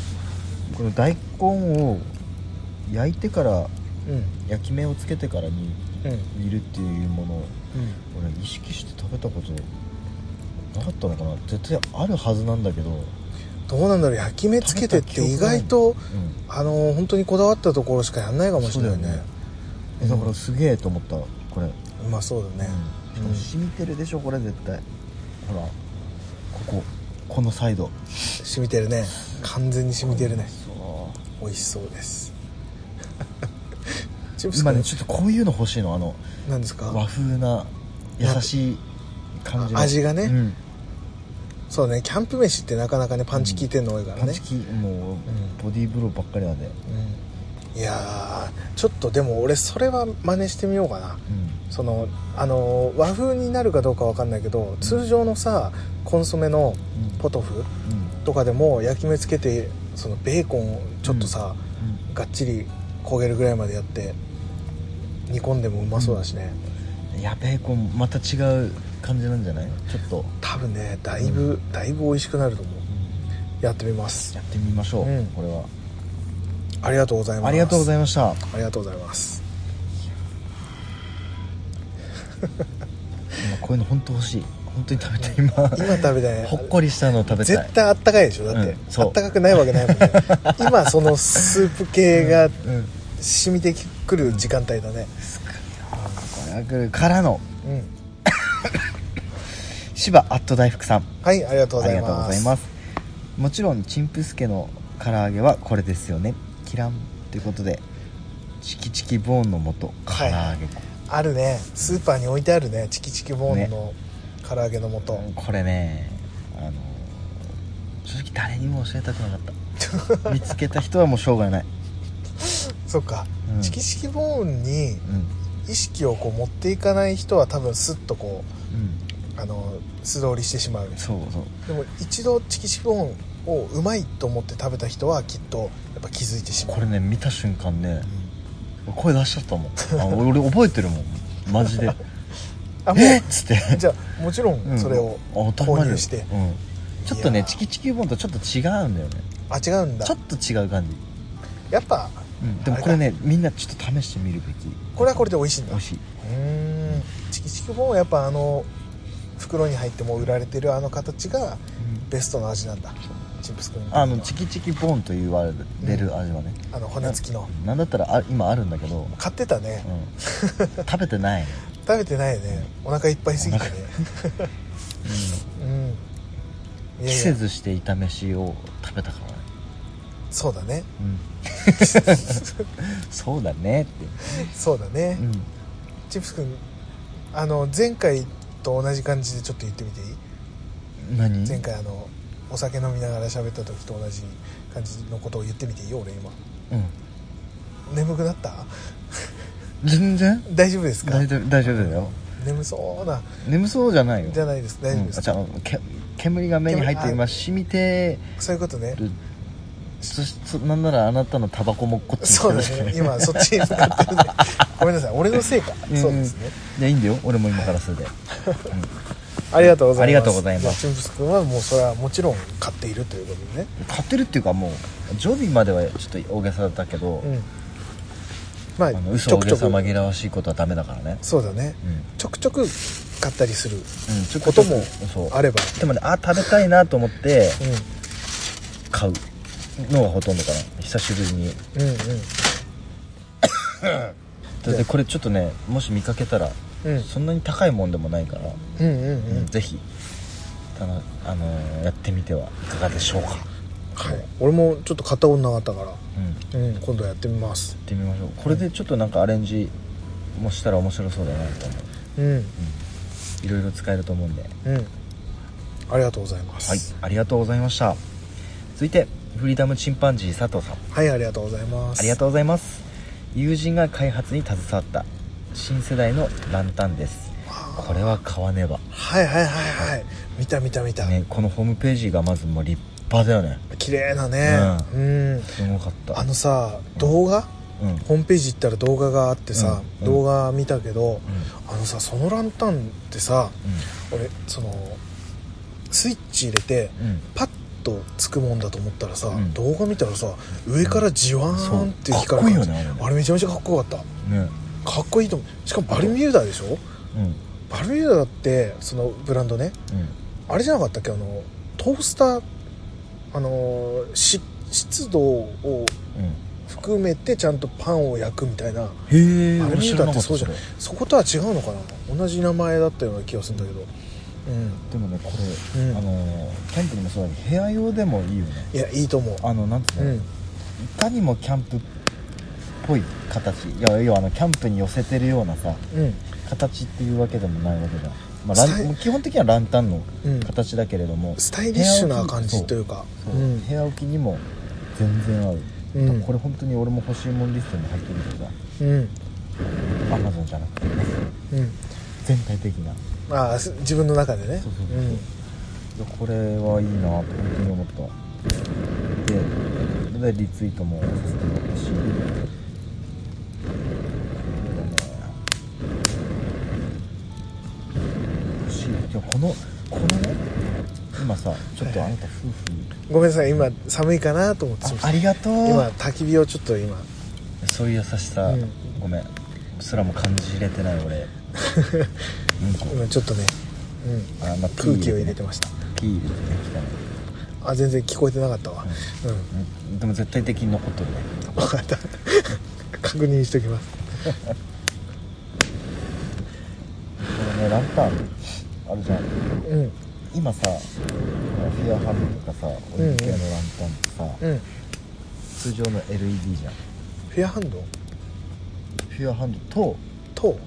ん、この大根を焼いてから
うん
焼き目をつけてからに
うん
煮るっていうものを
うん
俺意識して食べたことなかったのかな絶対あるはずなんだけど、うん、
どうなんだろう焼き目つけてって意外とあのー本当にこだわったところしかやんないかもしれないね
そうだよねえだからすげえと思ったこれ、
うまそうだね、
うんしかも染みてるでしょこれ絶対ほらこここのサイド
染みてるね完全に染みてるね
そ
美味しそうですチッ
う
プス
今
君
ねちょっとこういうの欲しいのあの
何ですか
和風な優しい感じの
あ味がね
うん
そうねキャンプ飯ってなかなかねパンチ効いてんの多いから
パン
ね
チ、キもう、
ん
ボディーブローばっかりなんで、うん、
うんいやーちょっとでも俺それは真似してみようかなそのあのー和風になるかどうかわかんないけど通常のさコンソメの
うん
ポトフ
うん
とかでも焼き目つけてそのベーコンをちょっとさ、がっちり焦げるぐらいまでやって煮込んでもうまそうだしね、
うんいやベーコンまた違う感じなんじゃないちょっと、
多分ねだいぶ、だいぶ美味しくなると思うやってみます
やってみましょう、
うん
これは
ありがとうございます
ありがとうご
い
ざいました
ますありがとうございます
今こういうの本当欲しい本当に食べたい今
今食べたい
ほっこりしたのを食べたい
絶対あったかいでしょだって、
うんそう
あったかくないわけないもん
[laughs]
ね今そのスープ系が
うん
染みてくる時間帯だね
これは来るからの
うん、
芝アット大福さん
はいありがとうご
あ
ざ
り
い
がとう
ま
ご
す
ざいますもちろんチンプスケの唐揚げはこれですよねキランということでチキチキボーンの素唐
は
揚
い
げ、
あるねスーパーに置いてあるねチキチキボーンの唐揚げの素、
これねあの正直誰にも教えたくなか
[laughs]
った見つけた人はもうしょうがない、
そっか、
うん
チキチキボーンに
うん
意識をこう持っていかない人は多分スッとこうあの素通りしてしまう
うん、そうそう
でも一度チキチキボーンをうまいと思って食べた人はきっとやっぱ気づいてしまう
これね見た瞬間ね
うん
声出しちゃったもんあ俺俺覚えてるもんマジ
[laughs]
で
あも
えっつって
[laughs] うじゃあもちろ
うん
んそれを、
あ当たり前だよ
購入して
うん、ちょっと
い
ね
やー
チキチキボーンとちょっと違うんだよね
あ違うんだ
ちょっと違う感じ、
やっぱ
うん、でも
あれだ
これねみんなちょっと試してみるべき
これはこれで美味しいんだ
美
う
味しい
ーんチキチキボーンはやっぱあの袋に入ってもう売られてるあの形がベストの味なんだチンプス君
あのチキチキボーンと言われる味はね、
あの骨付きの
なんだったらあ今あるんだけど、
買ってたね
う
[laughs]
ん食べてない、
食べてないねお腹いっぱいすぎてねうんい
着
やい
せ
や
ずして炒めしを食べたからね、
そうだね
うん
[laughs]
そうだねって、
そうだね、
うん、
チンプス君あの前回と同じ感じでちょっと言ってみていい
何
前回あのお酒飲みながら喋った時と同じ感じのことを言ってみていいよ俺今
うん
眠くなった
全然
大丈夫ですか
大丈夫大丈夫だよ
眠そうな
眠そうじゃないよ
じゃないです大丈夫です、
うんあじゃあけ煙が目に入って
煙
今染みて
そういうことね
るそそなんならあなたのタバコもこっち
そう
に
だ
来てる
ね
し
今そっちに向かってるねごめんなさい俺のせいか、
ん
そうですね
[laughs] いやいいんだよ俺も今からそれで、うん
ありがとうございます
ありがとうございます
じゃあチンプス君はもうそれはもちろん買っているということでね
買ってるっていうかもう常備まではちょっと大げさだったけど、
うんまあ
あの嘘大げさ紛らわしいことはダメだからね
そうだね
うん、うん、
ちょくちょく買ったりする
ちょっ
ことも
そう
あれば
でもねあ食べたいなと思って
う
買うのがほとんどかな久しぶりに
んうん
だってこれちょっとねもし見かけたら、
うん
そんなに高いもんでもないから、
うんうんうんうん
ぜひたの、あのーやってみてはいかがでしょうか、
はい、俺もちょっと買ったことなかったか
うん、や
ら、うん、今度やってみます
ってみましょうこれでちょっとなんかアレンジもしたら面白そうだなと思う
うん
いろいろ使えると思うんでは
うんありがとうございます
いありがとうございました続いてフリーダムチンパンジー佐藤さん
はい、ありがとうございます
ありがとうございます友人が開発に携わった新世代のランタンですこれは買わねば、
はいはいはいはい見た見た見た、
ね、このホームページがまずもう立派だよね
綺麗なねうん、
すごかった
あのさ動画、
うんうん
ホームページ行ったら動画があってさ、
うん
動画見たけど、あのさそのランタンってさ俺そのスイッチ入れて
うん
パッとつくもんだと思ったらさ、
うん
動画見たらさ上からじわーンって
そう
光る
かっこいいよ
じ
ねあれね
あれめちゃめちゃかっこよかっ
ね
たかっこいいと思うしかもバルミューダでしょ
うん
バルミューダってそのブランドねあれじゃなかったっけあのトースターあのーし湿度を
うん
含めてちゃんとパンを焼くみたいな
へえ
バル
俺
ミュ
知
ー
ら
ダ
な
って
かった
そうじゃない
それ
そことは違うのかな同じ名前だったような気がするんだけどう
でもねこれ、
うん
あのキャンプにもそうだけど部屋用でもいいよね
んいやいいと思う
あのなんつう
う
の、
ん
いかにもキャンプっぽい形いや要はあのキャンプに寄せてるようなさ
うん
形っていうわけでもないわけだ、まあ、ラ
スタ
ン基本的にはランタンの
うん
形だけれども、
スタイリッシュな感じというか
そう
うん
部屋置きにも全然合う、
うん
だからこれ本当に俺も欲しいもんリストに入ってるけどさ
うん
アマゾンじゃなくて
うん
全体的な
まあす自分の中でね
そうそうそういやこれはいいなと本当に思ったででリツイートもさせてもらったしこれだね欲しいでもこのこのね今さちょっとあなた夫婦
うんごめんなさい今寒いかなと思ってすいま
ああ
せん
りがとう
今焚き火をちょっと今
そういう優しさ、
うん
ごめんすらも感じれてない
[laughs]
俺うんこ
今ちょっとねうん
あ、まあ、
空気を入れてました
ピー入れてねきたね
あ全然聞こえてなかったわうん
うんでも絶対的に残っとるね
分かった
[laughs]
確認しておきます
これねランタンあるじゃん
うん
今さほらフェアハンドとかさオリンピアのランタンって
う
さ、
ん
通常の LED じゃん
フェアハンド
フェアハンドと
と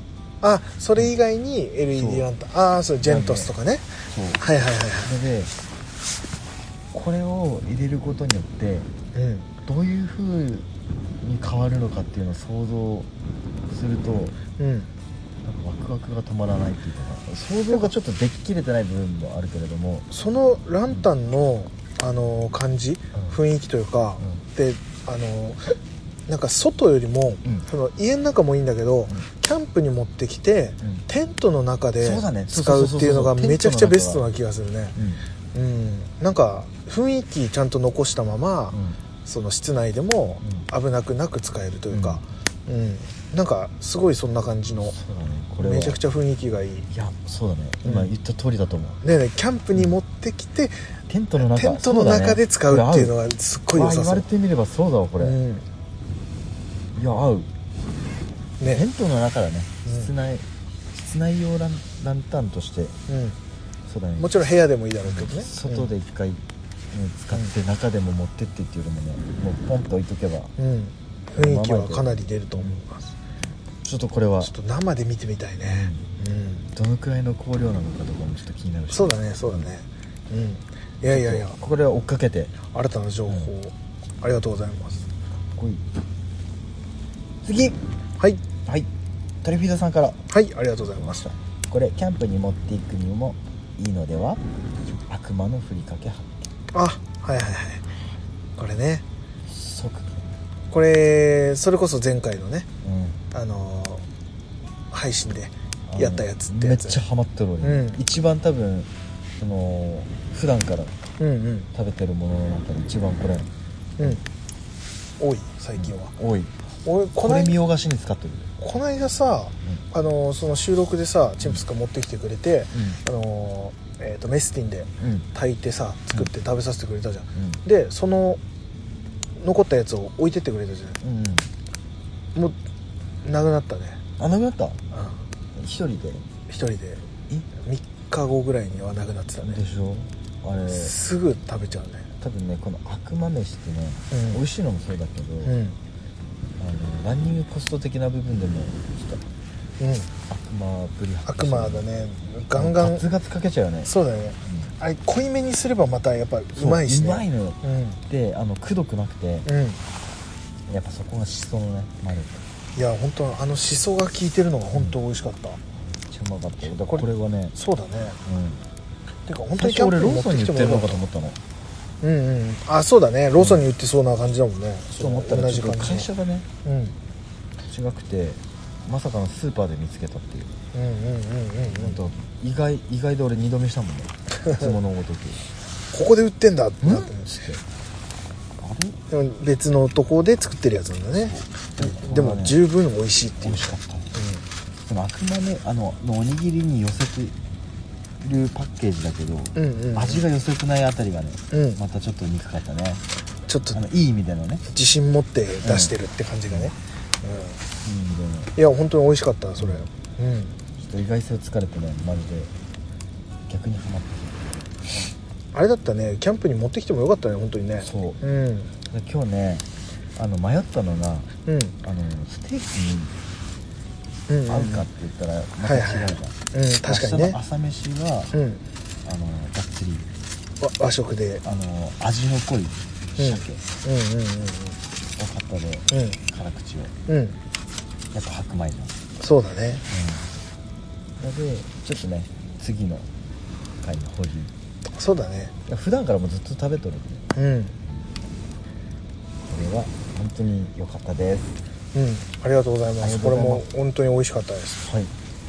あそれ以外に
そう
LED ランタンああそうジェントスとかね
そう
はいはいは
それでこれを入れることによって
いはいうん
どういう風に変わるのかっていうのを想像するとなんか
うん
ワクワクが止まらないっていうか想像がちょっとでききれてない部分もあるけれども
そのランタンの、あのー感じ雰囲気というか、
う
であのーなんか外よりも、
うん
その家の中もいいんだけど、キャンプに持ってきて、
うん
テントの中で
そうだね
使うっていうのが
そうそうそうそう
めちゃくちゃ
テン
ベ
トの
ス
中
ト
は
な気がするね
うん
うんなんか雰囲気ちゃんと残したまま、その室内でも危なくなく使えるというか、うんなんかすごいそんな感じの
そうだねこれは
めちゃくちゃ雰囲気がいいね
いやそうだね今言った通りだと思う、
えねえキャンプに持ってきて
テントの中
テントの中で使うっていうのがすっごい良
あ
さ
言わ
そ
れ
う
てみればそうだわこれ、
う
い
ん
や合うテ
ね
ントの中だね
うん
室内、室内用ランランタンとしてそうだね
うん、もちろん部屋でもいいだろうけどね
外で一回、ね使って中でも持ってってっていうよりもねもうポンと置いとけば
うん、うん雰囲気はかなり出ると思います
ちょっとこれは
ちょっと生で見てみたいねうん
どのくらいの香料なのかとかもちょっと気になるし
そうだねそうだねうんいやいやいや
これは追っかけてか
新たな情報をありがとうございます
っこいい次
はい
はいトリフィードさんから
はいありがとうございます
これキャンプに持っていくにもいいのでは悪魔のふりかけ発
あはいはいはいこれね
見即
これそれこそ前回のね
うん
あのー配信でやったやつって
め
や
っ
つ
ちゃハマってる俺、
うん
一番多分その普段から
うんうん
食べてるものの中で一番これ
うん多い最近は
多い
俺
こ
こな
れ見
い
よがしに使ってる
こないださ、あのーその収録でさチンプスカ持ってきてくれて、あのーえー、とメスティンで
うんうん
炊いてさ作って食べさせてくれたじゃん、
うん
でその残ったやつを置いてってくれたじゃな
うんうん
いもうなくなったね、
あなくなった
う
一人で
ん、一人で3日後ぐらいにはなくなってたね
でしょあれ
すぐ食べちゃうね
多分ねこの悪魔飯ってね、
うん
美味しいのもそうだけど、
うん
あのランニングコスト的な部分でもちょっと
うん
悪魔ぶり発揮
悪
してる
魔だねガンガン
ガツガツかけちゃうよね
そうだよねあれ濃いめにすればまたやっぱうまいしね
うまいのよ
うん
であのくどくなくて
うん
やっぱそこがしそのねまる
いや本当あのしそが効いてるのが本当美味しかった、
めっちゃうまかったよだから
これ
これはね
そうだね
うん
てか本当
最
にキ
初
ャン
俺
プ
ロ
に持っ
ーソン
て
に
きて
売っ
も
て
よかった
るのかと思ったの
うんうんあそうだねローソンに売ってそうな感じだもんね、
そう思ったら
同
ち
じ
ょっ
感
と
じ
会社がね
うん、うん
違くてまさかのスーパーで見つけたっていう
うんうんうんうん [laughs]
本当意外意外で俺二度見したもんねつものごとく
ここで売ってんだってなって
うんつってあれ
でも別のとこで作ってるやつなんだねでも十分美味しいって
美
いう
味しかったでもあくまであののおにぎりに寄せてるパッケージだけど、
うんうんうん
味が寄せてないあたりがね、
うん
またちょっと憎かったね
ちょっと
あのいい意味でのね
自信持って出してるって感じがね、
いい意味での
うんいや本当に美味しかったそれうん
ちょっと意外性をつかれてねまるで逆にハマって
あれだったねキャンプに持ってきてもよかったね本当にね
きたそう
うん
で今日ねあの迷ったのが
うん
あのステーキ
うんうん
に合うかって言ったらまた違うじゃん、
はいはいうん確かに
明日
ね
の朝飯は、
うん
あのがっつり
わ和食で
あの味の濃い鮭を
うんうん
買ったで
うんうん
辛口を
うんうん
やっぱ白米じゃん、
そうだね
うん、でちょっとね次の回の保留
そうだね
いや普段からもずっと食べとるん
う
で
ん
これは本当に良かったです
うんありがとうございま
あり
す
が
こと
う
れ
ございま
も
す
本当に美味しかったです
はい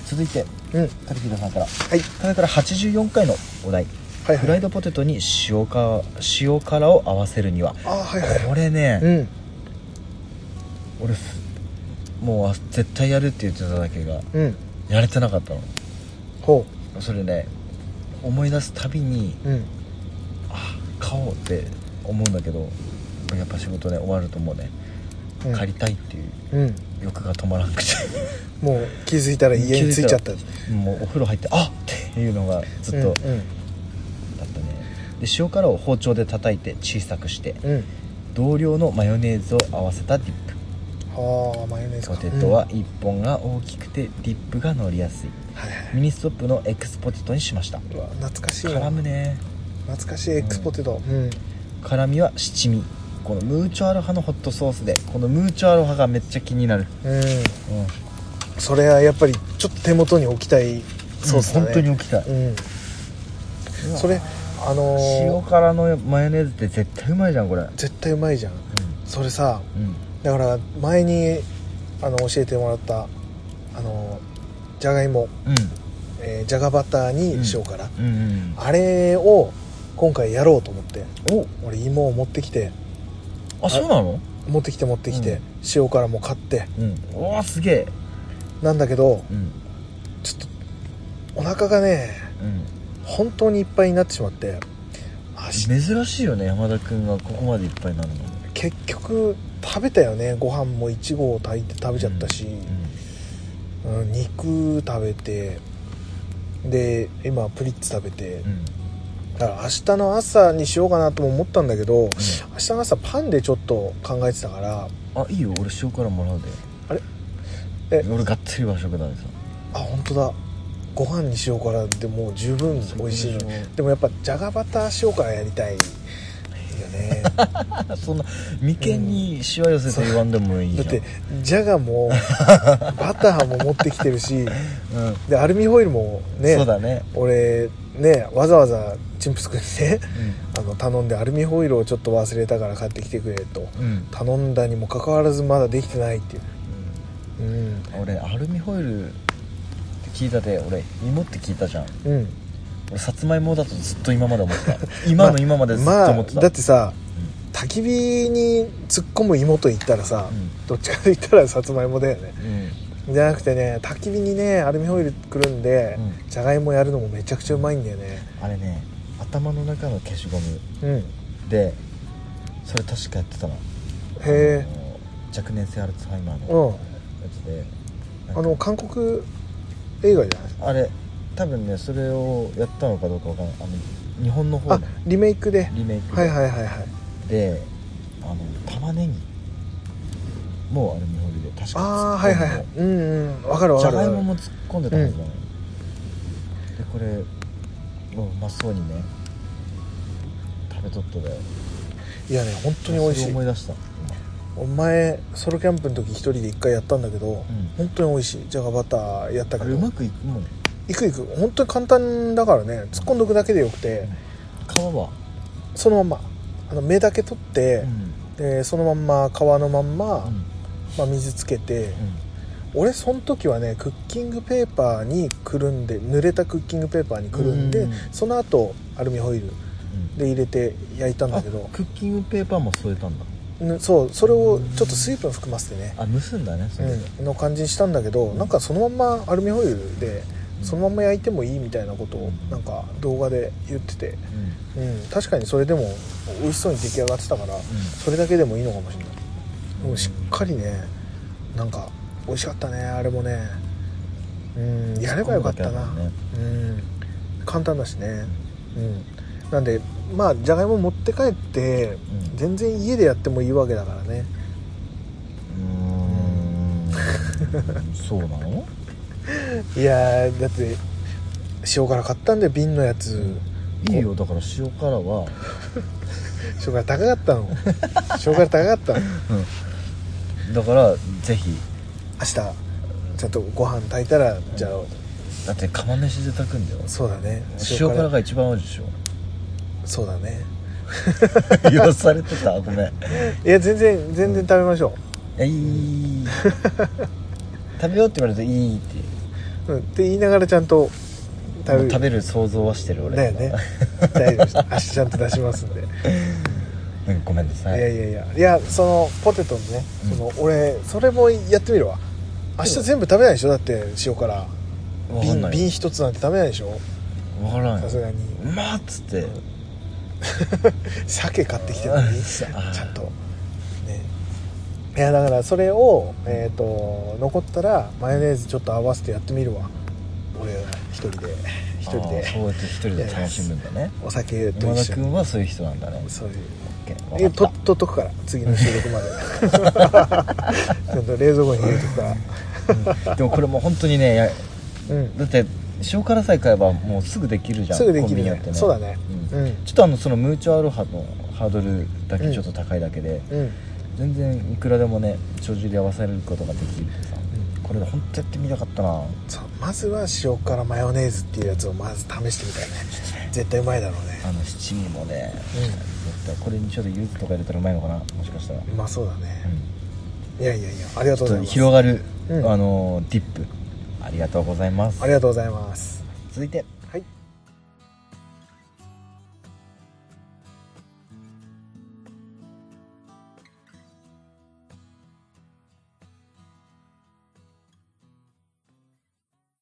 続いて
うんはい
カルキドさんから
はい
これから84回のお題
はい
フライドポテトに塩か塩辛を合わせるには
あはいはい
これね、
うん
俺すもうあ絶対やるって言ってただけが
うん
やれてなかったの
ほ
それね思い出すたびに
ううん
あ買おうって思うんだけどやっぱ仕事ね終わるともうね、
うん
借りたいっていう
うん
欲が止まらなく
[laughs] もう気づいたら
て
家に着いちゃった
たもうお風呂入ってあっていうのがずっとだっ
うんうん
たね、で塩辛を包丁で叩いて小さくして
うん
同量のマヨネーズを合わせたディップ
はあマヨネーズか
ポテトは1本が大きくてディップが乗りやす
う
い
んはいはい
ミニストップのエクスポテトにしました
うわ懐かしいな
絡むね
懐かしいエクスポテトうん
辛みは七味このムーチョアロハのホットソースでこのムーチョアロハがめっちゃ気になる
うん
うん
それはやっぱりちょっと手元に置きたいソースだね
本当に置きたい
うんそれあのー
塩辛のマヨネーズって絶対うまいじゃんこれ
絶対うまいじゃんそれさ
うん、うん、
だから前にあの教えてもらったあのじゃがいも、えーじゃがバターに塩辛、
うんうん
あれを今回やろうと思って
お
俺芋を持ってきて
あそうなの
持ってきて持ってきて、
うん
塩辛も買って
うんおおすげえ
なんだけど
うん
ちょっとお腹がね本当にいっぱいになってしまってあし
うん珍しいよね山田君がここまでいっぱいになるの
結局食べたよねご飯も1合炊いて食べちゃったし、うん肉食べてで今プリッツ食べて、
うんうん
だから明日の朝にしようかなとも思ったんだけど明日の朝パンでちょっと考えてたから
あいいよ俺塩辛もらうで
あれえ
俺がっつり和食だね
あ本当だご飯に塩辛でもう十分
さ
美味しいの
ね
でもやっぱじゃがバター塩辛やりたいよねだ
[laughs] そんな眉間にしわ寄せと言わんでもいいじゃん
ってじゃがもバターも持ってきてるし
うん
でアルミホイルもね
そうだね、
俺ねわざわざチンプスくんにね [laughs]
う
あの頼んでアルミホイルをちょっと忘れたから買ってきてくれと
んうん
頼んだにもかかわらずまだできてないっていううん
俺アルミホイルって聞いたで俺芋って聞いたじゃん
うん
俺さつまいもだとずっと今まで
[laughs]
思ってた今の今までずっと思ってた、
まあ、だってさ焚き火に突っ込む芋と言ったらさ、
うん
どっちかと言ったらさつまいもだよね
うん、うん
じゃなくてね焚き火にねアルミホイルくるんで、
うん
じゃがいもやるのもめちゃくちゃうまいんだよね
あれね頭の中の消しゴム
うんへ
でそれ確かやってたの
え
あの若年性アルツハイマー
う
の
ん
やつで、
あの韓国映画じゃない
あれ多分ねそれをやったのかどうかわかんないあの日本の方
あ
の
リメイクで
リメイクで,、
はいはいはいはい
であの玉ねぎもうアルミホイルで確か
ああはいはいはいうんうんわかるわ
じ
か
ゃ
る
がいもも突っ込んでたはずだね、でこれもううまそうにね食べとっただよ
いやね本当に美味
そ
し
れ
い
を思い出した
お前ソロキャンプの時一人で一回やったんだけど、本当に美味しいじゃがバターやった
今
けど
あれうまくいくもん
いくいく本当に簡単だからね突っ込んどくだけでよくて
皮は、
そのまんまあの芽だけ取って
う、ん
でそのまんま皮のまんま、
うん
まあ、水つけて、俺その時はねクッキングペーパーにくるんで濡れたクッキングペーパーにくるんで
うん
その後アルミホイルで入れて焼いたんだけど
あクッキングペーパーも添えたんだ
ぬそうそれをちょっと水分含ませてね
あ盗んだねそれで、
うん、の感じにしたんだけどなんかそのまんまアルミホイルで
うん
そのまんま焼いてもいいみたいなことをなんか動画で言ってて、
うんうん
うん、確かにそれでも美味しそうに出来上がってたからそれだけでもいいのかもしれないでもしっかりねなんか美味しかったねあれもねうんやればよかったな、
作るだ
うん簡単だしねうんなんでまあじゃがいも持って帰って
うん
全然家でやってもいいわけだからね
うーんそうなの
いやーだって塩辛買ったんだよ瓶のやつ
いいよだから塩辛は、
塩辛高か
[laughs]
ったの塩辛高かったの明
だからぜひ
日ちゃんとご飯炊いたらじゃ
だって釜飯で炊くんだよ
あそうだね
塩辛が一番合うでしょ
そうだね
言わされてたごめんい
いや全然全然食べましょ
やいい食べようって言われるといいって
う、うん、って言いながらちゃんと食べ
もう
る
食べる想像はしてる俺
だよ
[laughs]
ね大丈夫です明日ちゃんと出しますんで、
うんごめんなさ
い、
い
やいやいやいやそのポテトのね、
うん
その俺それもやってみるわ明日全部食べないでしょだって塩辛
わかんな
瓶
い
瓶一つなんて食べないでしょ
わからん
さ
[laughs]
すがに
うまっつって
鮭買ってきてるのにち
あー
ゃんとねいやだからそれを、えー、と残ったらマヨネーズちょっと合わせてやってみるわ俺一人で一人
あーそう
で
やって一人で楽しむん
[laughs]
だね
お酒と
山
一
田
緒に
君はそういう人なんだね
そういう
オッケー
え
わか
と
っ
取っとくから次の収 [laughs] 録までちょっと冷蔵庫に入れとくから
たでもこれもう本当にねや
うん
だって塩辛さえ買えばもうすぐできるじゃん
すぐでき
コンビ
る
ニ
よ
やって
ね
ね
そうだね
うん
うん
ちょっとあのそのムーチョアロハのハードルだけちょっと高いだけで、
うん
全然いくらでもね帳尻合わせることができるってさ、これで本当やってみたかったな
そうまずは塩辛マヨネーズっていうやつをまず試してみたいね絶対うまいだろうね
あの七味もね、
うん
絶対これにちょっと柚子とか入れたらうまいのかなもしかしたら、
うまそうだね、
うん
いやいやいやありがと
ちょ
うご
っと
ざいます
広がる、
うん
あのディップありがとうございます
ありがとうございます
続いて